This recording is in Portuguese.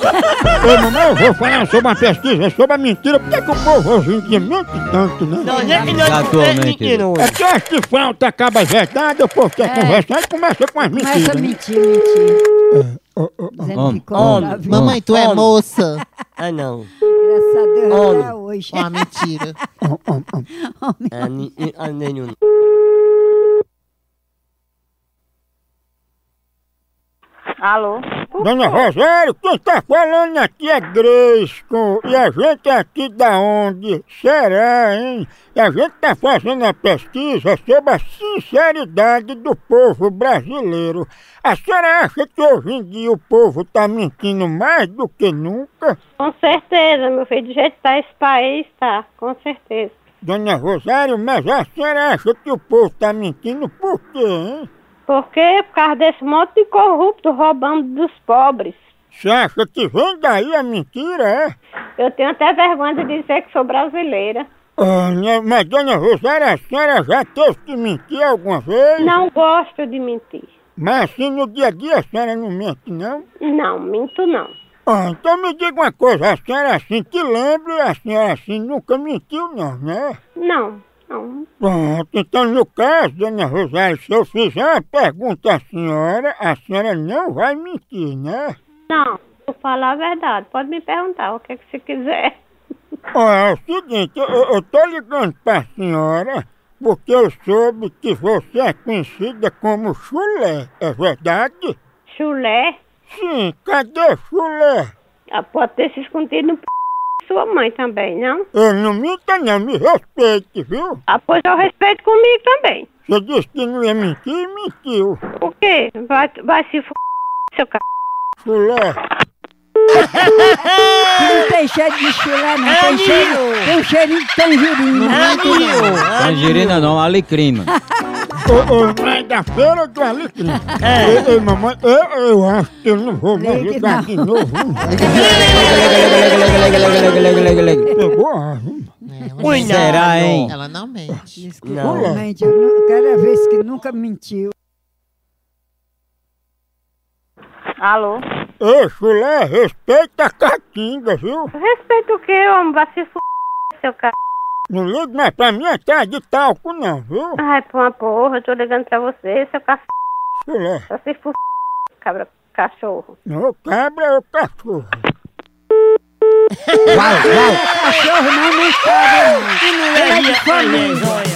Ô, mamãe, eu vou falar sobre uma pesquisa, sobre a mentira. Por que, que o povo hoje em dia mente tanto, né? Não, gente, não é Exatamente. mentiroso. É que eu acho que falta, acaba verdade, o povo quer É. conversar e começa com as Começa a mentiras. né? mentir, mentir. Ô, ô, Dizendo Homem, que cobra. homem. viu? Mamãe, tu é Homem. moça. Ah, não. Graças a Deus, Homem. até né, hoje. Uma mentira. Ah, ni- ah, nenhum. Alô? Dona Rosário, quem tá falando aqui é Gresco. E a gente é aqui da onde? Será, hein? E a gente tá fazendo a pesquisa sobre a sinceridade do povo brasileiro. A senhora acha que hoje em dia o povo tá mentindo mais do que nunca? Com certeza, meu filho, do jeito que tá esse país, tá, com certeza. Dona Rosário, mas a senhora acha que o povo tá mentindo por quê, hein? Por quê? Por causa desse monte de corrupto roubando dos pobres. Você acha que vem daí a mentira, é? Eu tenho até vergonha de dizer que sou brasileira. Ah, né, mas, dona Rosário, a senhora já teve que mentir alguma vez? Não gosto de mentir. Mas assim, no dia a dia a senhora não mente, não? Não, minto não. Ah, então me diga uma coisa, a senhora assim que lembra, a senhora assim nunca mentiu não, né? Não, não. Pronto, então no caso, dona Rosário, se eu fizer uma pergunta à senhora, a senhora não vai mentir, né? Não, vou falar a verdade. Pode me perguntar o que, é que você quiser. Ó, é o seguinte, eu, eu tô ligando pra senhora porque eu soube que você é conhecida como chulé, é verdade? Chulé, Sim, cadê chulé? ah, pode ter se escondido no p... de sua mãe também, não? Eu não minta não, me respeite, viu? Ah, pois eu respeito comigo também. Você disse que não ia mentir e mentiu. O quê? Vai, vai se f... seu c... Chulé, Não tem cheiro de chulé, não. É, Tem cheiro, tem um cheirinho de tangerina. tá Tangerina não, é alecrim, mano. ô, ô, mãe da feira do Alecrim. Ei, ei, mamãe, eu, eu acho que eu não vou mais Ligue ligar não. de novo. Pegou a arma. Cuidado. Será, hein? Ela não mente. Diz que Não. realmente, eu nu- cada vez que nunca mentiu. Alô? Ei, chulé, respeita a caatinga, viu? Respeito o quê, homem? Vai se f... seu c... Não liga mais pra mim atrás de talco não, viu? Ai, pra uma porra, eu tô ligando pra você, seu c... Chulé, Vai se f... cabra cachorro. não cabra é o cachorro. Cachorro não, não cabe, não. Ele é de família.